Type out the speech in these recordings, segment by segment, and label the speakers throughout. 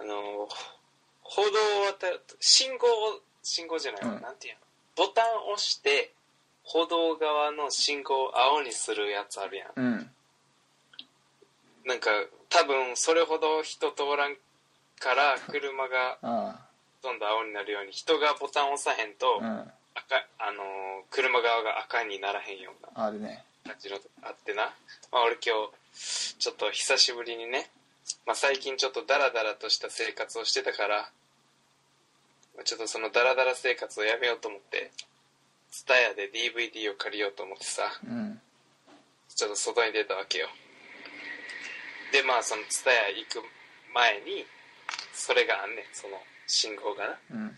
Speaker 1: あの、歩道を渡る、信号を、信号じゃないわ、
Speaker 2: うん
Speaker 1: なんていうのボタンを押して、歩道側の信号を青にするやつあるやん。
Speaker 2: うん
Speaker 1: なんか、多分、それほど人通らんから、車が
Speaker 2: あ
Speaker 1: どんどん青になるように、人がボタンを押さへんと
Speaker 2: あう、ん
Speaker 1: 赤、あのー車側が赤にならへんような
Speaker 2: あるね
Speaker 1: 感じのあってな、まあ、俺今日ちょっと久しぶりにね、まあ、最近ちょっとダラダラとした生活をしてたからまあちょっとそのダラダラ生活をやめようと思ってツタヤで DVD を借りようと思ってさ
Speaker 2: うん
Speaker 1: ちょっと外に出たわけよでまあそのツタヤ行く前にそれがあんねんその信号がな
Speaker 2: うん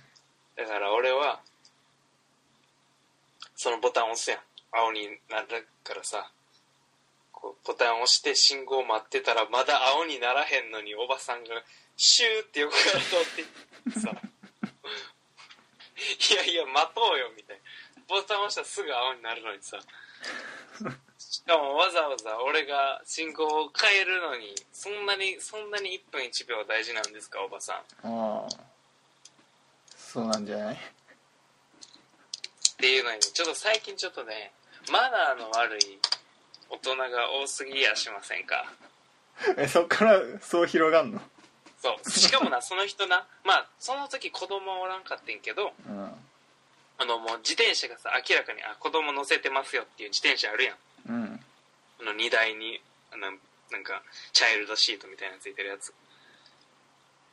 Speaker 1: だから俺はそのボタン押すやん青になるからさこうボタン押して信号待ってたらまだ青にならへんのにおばさんがシューって横から通ってさ いやいや待とうよみたいなボタン押したらすぐ青になるのにさしかもわざわざ俺が信号を変えるのにそんなにそんなに1分1秒大事なんですかおばさん
Speaker 2: ああそうなんじゃない
Speaker 1: っていうのにちょっと最近ちょっとねマナーの悪い大人が多すぎやしませんか
Speaker 2: えそっからそう広がんの
Speaker 1: そうしかも なその人なまあその時子供はおらんかってんけど
Speaker 2: うん
Speaker 1: あのもう自転車がさ明らかにあ子供乗せてますよっていう自転車あるやん
Speaker 2: うん
Speaker 1: あの荷台にあのなんかチャイルドシートみたいなのついてるやつ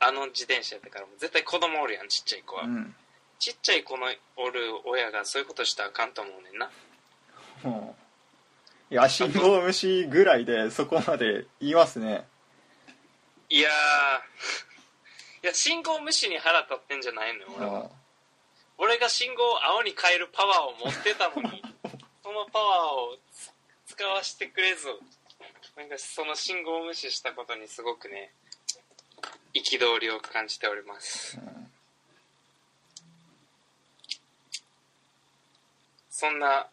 Speaker 1: あの自転車やったからもう絶対子供おるやんちっちゃい子は、
Speaker 2: うん
Speaker 1: ちっちゃい子のおる親がそういうことしたらあかんと思うねんな
Speaker 2: もういや信号無視ぐらいでそこまで言いますね
Speaker 1: いやーいや信号無視に腹立ってんじゃないのよ俺は
Speaker 2: あ
Speaker 1: 俺が信号を青に変えるパワーを持ってたの にそのパワーをつ使わせてくれずなんかその信号を無視したことにすごくね憤りを感じております、
Speaker 2: ん
Speaker 1: そんな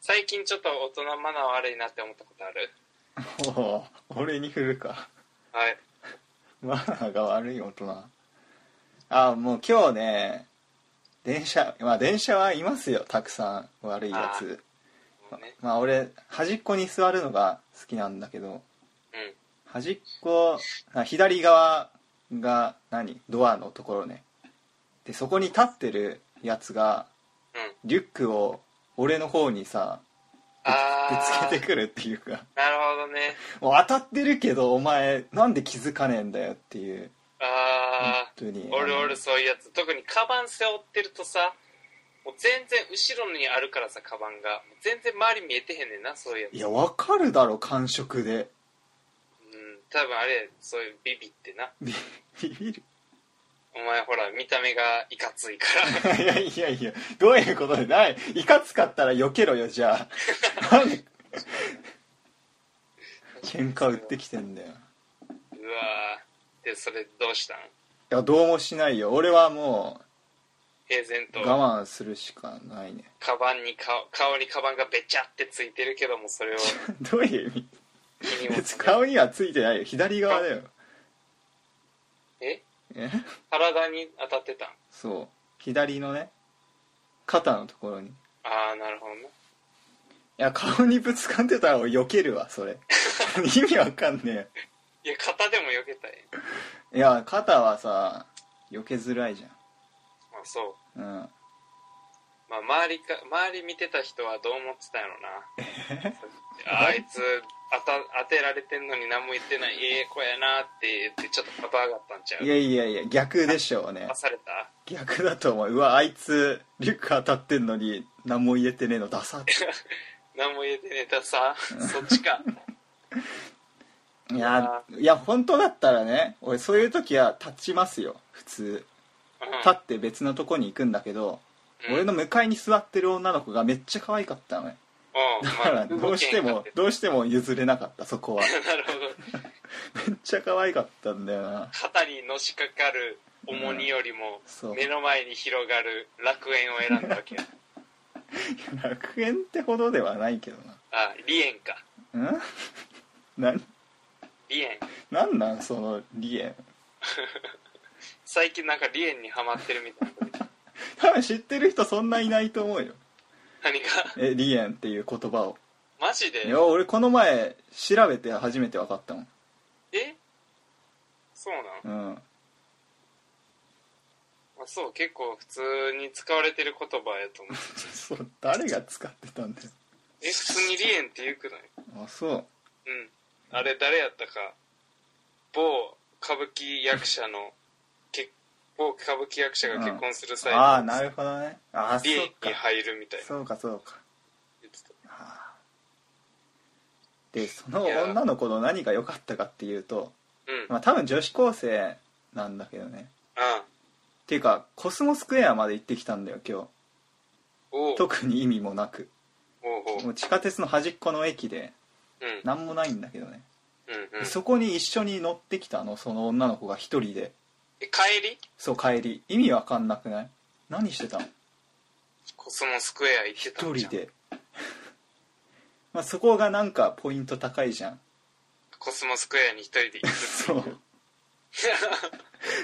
Speaker 1: 最近ちょっと大人マナー悪いなって思ったことある
Speaker 2: あおう俺に振るか
Speaker 1: はい
Speaker 2: マナーが悪い大人ああもう今日ね電車まあ電車はいますよたくさん悪いやつ
Speaker 1: もうね
Speaker 2: まあ俺端っこに座るのが好きなんだけど
Speaker 1: うん
Speaker 2: 端っこあ左側が何ドアのところねでそこに立ってるやつが
Speaker 1: うん
Speaker 2: リュックを俺の方にさ
Speaker 1: あ
Speaker 2: ぶつ
Speaker 1: あ
Speaker 2: けてくるっていうか
Speaker 1: なるほどね
Speaker 2: もう当たってるけどお前なんで気づかねえんだよっていう
Speaker 1: ああ
Speaker 2: 本当に
Speaker 1: おるおるそういうやつ特にカバン背負ってるとさもう全然後ろにあるからさカバンが全然周り見えてへんねんなそういうやつ
Speaker 2: いやわかるだろ感触で
Speaker 1: うん多分あれそういうビビってな
Speaker 2: ビビビる
Speaker 1: お前ほら見た目がいかついか
Speaker 2: いやいやいやどういうことでないいかつかったら避けろよじゃあなんで
Speaker 1: ら
Speaker 2: 喧嘩売ってきてんだよ
Speaker 1: うわーでそれどうしたん
Speaker 2: いやどうもしないよ俺はも
Speaker 1: 平然と
Speaker 2: う我慢するしかないね
Speaker 1: カバンに顔顔にカバンがべちゃってついてるけどもそれを
Speaker 2: どういう意味
Speaker 1: 気にも
Speaker 2: 別に顔にはついてないよ左側だよ
Speaker 1: え
Speaker 2: え
Speaker 1: 体に当たってたん
Speaker 2: そう左のね肩のところにい
Speaker 1: ああなるほどな
Speaker 2: や顔にぶつかってたら俺避けるわそれ 意味わかんねえよ
Speaker 1: いや肩でも避けたい
Speaker 2: いや肩はさ避けづらいじ
Speaker 1: あそう
Speaker 2: ゃんうん
Speaker 1: まあ、周りか周り見てた人はどう思ってたんやろな あいつ当た当てられてんのに何も言ってないええ子やなって言ってちょっとパパ上がったんちゃう
Speaker 2: いやいやいや逆でしょうね
Speaker 1: 出された
Speaker 2: 逆だと思ううわあいつリュック当たってんのに何も言えてねえのダサって
Speaker 1: 何も言えてねえださそっちか
Speaker 2: いやいや本当だったらね俺そういう時は立ちますよ普通
Speaker 1: うん
Speaker 2: 立って別のとこに行くんだけど、
Speaker 1: うん
Speaker 2: 俺の向かいに座ってる女の子がめっちゃ可愛かったのね
Speaker 1: うん
Speaker 2: だ
Speaker 1: まあ
Speaker 2: から ど うして
Speaker 1: 動
Speaker 2: も
Speaker 1: けへんか
Speaker 2: どうしても譲れなかったそこは
Speaker 1: ってなるほど
Speaker 2: めっちゃ可愛かったんだよな
Speaker 1: 肩にのしかかる重荷よりも
Speaker 2: んそう
Speaker 1: 目の前に広がる楽園を選んだわけや
Speaker 2: 楽園ってほどではないけど
Speaker 1: あ離縁か
Speaker 2: なうん 何
Speaker 1: 離縁
Speaker 2: なんなんその理恵
Speaker 1: 最近なんかリエンにハマってるみたいな
Speaker 2: 多分知ってる人そんないないと思うよ
Speaker 1: 何か
Speaker 2: えリエンっていう言葉を
Speaker 1: マジで
Speaker 2: いや俺この前調べて初めて分かったもん
Speaker 1: えそうなの、
Speaker 2: うん
Speaker 1: あそう結構普通に使われてる言葉やと 思う
Speaker 2: そう誰が使ってたんだよ
Speaker 1: え普通にリエンって言うくない
Speaker 2: あそう
Speaker 1: うんあれ誰やったか某歌舞伎役者の結某歌舞伎役者が結婚する際
Speaker 2: ああなるほどねああそ
Speaker 1: リエン
Speaker 2: う
Speaker 1: に
Speaker 2: か
Speaker 1: 入るみたいな
Speaker 2: そうかそうか
Speaker 1: 言ってた
Speaker 2: あーでその女の子の何が良かったかっていうと
Speaker 1: うん
Speaker 2: まあ多分女子高生なんだけどね
Speaker 1: あ
Speaker 2: っていうかコスモスクエアまで行ってきたんだよ今
Speaker 1: お
Speaker 2: 日
Speaker 1: う
Speaker 2: 特に意味もなく
Speaker 1: おうおう
Speaker 2: もう地下鉄の端っこの駅で
Speaker 1: うん
Speaker 2: 何もないんだけどね、
Speaker 1: うんうん
Speaker 2: そこに一緒に乗ってきたのその女の子が一人で
Speaker 1: え帰り
Speaker 2: そう帰り意味わかんなくない何してたの
Speaker 1: コスモスクエア行ってた
Speaker 2: 一
Speaker 1: んじゃ
Speaker 2: 人
Speaker 1: ん
Speaker 2: で まあそこがなんかポイント高いじゃん
Speaker 1: コスモスクエアに一人で行くって
Speaker 2: そ
Speaker 1: いう
Speaker 2: う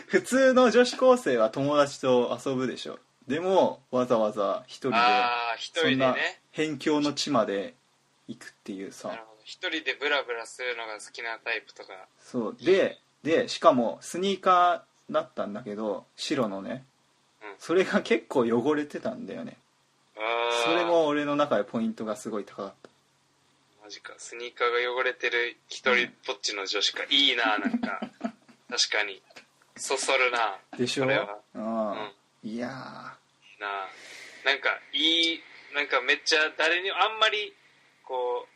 Speaker 2: 普通の女子高生は友達と遊ぶでしょでもわざわざ一人で
Speaker 1: ああ一人
Speaker 2: そ
Speaker 1: で
Speaker 2: んな
Speaker 1: ね
Speaker 2: 辺境の地まで行くっていう
Speaker 1: なる
Speaker 2: さ
Speaker 1: ほど一人でブラブラするのが好きなタイプとか
Speaker 2: そうででしかもスニーカーだったんだけど白のね
Speaker 1: うん
Speaker 2: それが結構汚れてたんだよね
Speaker 1: あー
Speaker 2: それも俺の中でポイントがすごい高かった
Speaker 1: マジかスニーカーが汚れてる一人ぼっちの女子かいいななんか 確かにそそるな
Speaker 2: でしょ
Speaker 1: それは
Speaker 2: うん
Speaker 1: うん
Speaker 2: いや
Speaker 1: なあなんかいいなんかめっちゃ誰にあんまりこう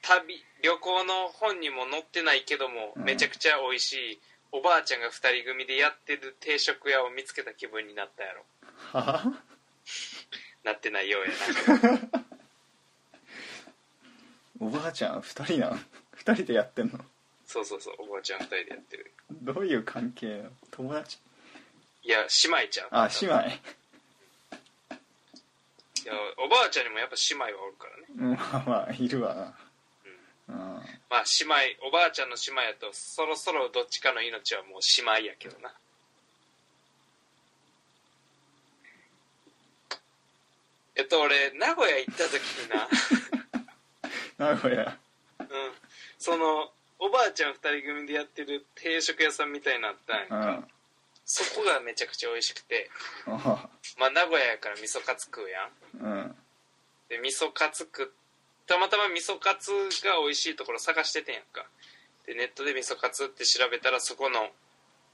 Speaker 1: 旅旅行の本にも載ってないけども、
Speaker 2: うん
Speaker 1: めちゃくちゃ美味しいおばあちゃんが2人組でやってる定食屋を見つけた気分になったやろ
Speaker 2: ーはあ
Speaker 1: なってないようや
Speaker 2: おばあちゃん2人なん2人でやってんの
Speaker 1: そうそうそうおばあちゃん2人でやってる
Speaker 2: どういう関係なの友達
Speaker 1: いや姉妹ちゃう
Speaker 2: あ姉妹
Speaker 1: いやおばあちゃんにもやっぱ姉妹はおるからね
Speaker 2: うんまあまあいるわなうん
Speaker 1: まあ姉妹おばあちゃんの姉妹やとそろそろどっちかの命はもう姉妹やけどなえっと俺名古屋行った時に な、
Speaker 2: 名古屋
Speaker 1: うん、そのおばあちゃん2人組でやってる定食屋さんみたいになったんやん
Speaker 2: うん
Speaker 1: か、
Speaker 2: あ
Speaker 1: そこがめちゃくちゃ美味しくて
Speaker 2: あ
Speaker 1: まあ名古屋やから味噌カツ食うやん
Speaker 2: うん
Speaker 1: で味噌カツ食ったまたま味噌カツが美味しいところ探しててんやんかでネットで味噌カツって調べたらそこの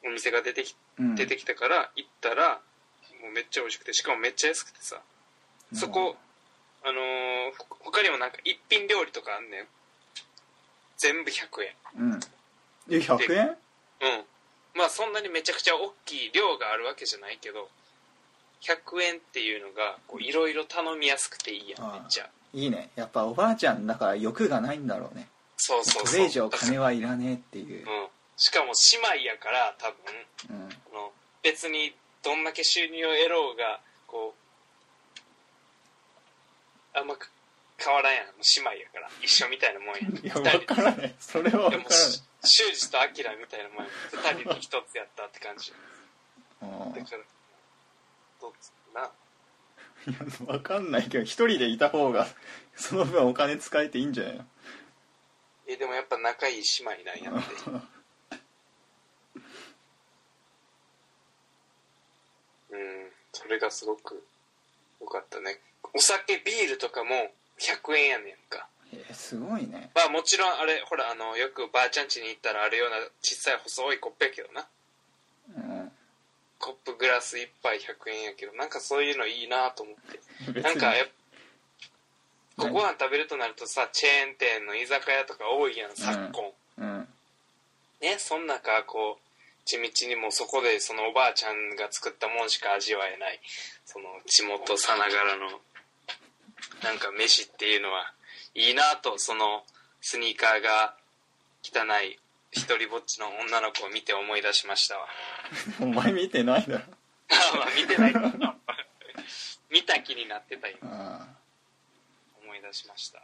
Speaker 1: お店が出てき
Speaker 2: うん
Speaker 1: 出てきたから行ったらもうめっちゃ美味しくてしかもめっちゃ安くてさそこあのーほ他にもなんか一品料理とかあんねん全部100
Speaker 2: うんえ100円
Speaker 1: 円うんまあそんなにめちゃくちゃ大きい量があるわけじゃないけど100円っていうのがいろいろ頼みやすくていいやんめ
Speaker 2: あー
Speaker 1: っちゃ
Speaker 2: いいねやっぱおばあちゃんだから欲がないんだろうね
Speaker 1: そうそうそう
Speaker 2: これ以上金はいらねえっていう
Speaker 1: うん、しかも姉妹やから多分
Speaker 2: うん
Speaker 1: あの別にどんだけ収入を得ろうがこうあんまか変わらんやん姉妹やから一緒みたいなもんや
Speaker 2: いや
Speaker 1: 二
Speaker 2: 分
Speaker 1: 人
Speaker 2: からないそれは
Speaker 1: で
Speaker 2: 分
Speaker 1: も
Speaker 2: か
Speaker 1: し修二と明みたいなもんや二人で一つやったって感じ
Speaker 2: らないうん
Speaker 1: だからどっちない
Speaker 2: や分かんないけど一人でいた方がその分お金使えていいんじゃないの
Speaker 1: えでもやっぱ仲いい姉妹なんやってうんそれがすごく良かったねお酒ビールとかも100円やねんか
Speaker 2: えすごいね
Speaker 1: まあもちろんあれほらあのよくばあちゃん家に行ったらあるような小さい細いコップやけどな
Speaker 2: うん
Speaker 1: コップグラス1杯100円やけどなんかそういうのいいなと思っ
Speaker 2: 別
Speaker 1: て
Speaker 2: に
Speaker 1: なんかやっ
Speaker 2: 何
Speaker 1: ごご飯食べるとなるとさチェーン店の居酒屋とか多いやん昨今、
Speaker 2: うん
Speaker 1: ねそん中こう地道にもうそこでそのおばあちゃんが作ったもんしか味わえないその地元さながらのなんか飯っていうのはいいなとそのスニーカーが汚い一人ぼっちの女の子を見て思い出しましたわ
Speaker 2: お前見てないだろ
Speaker 1: あまあ見てない見た気になってた今
Speaker 2: あ
Speaker 1: 思い出しました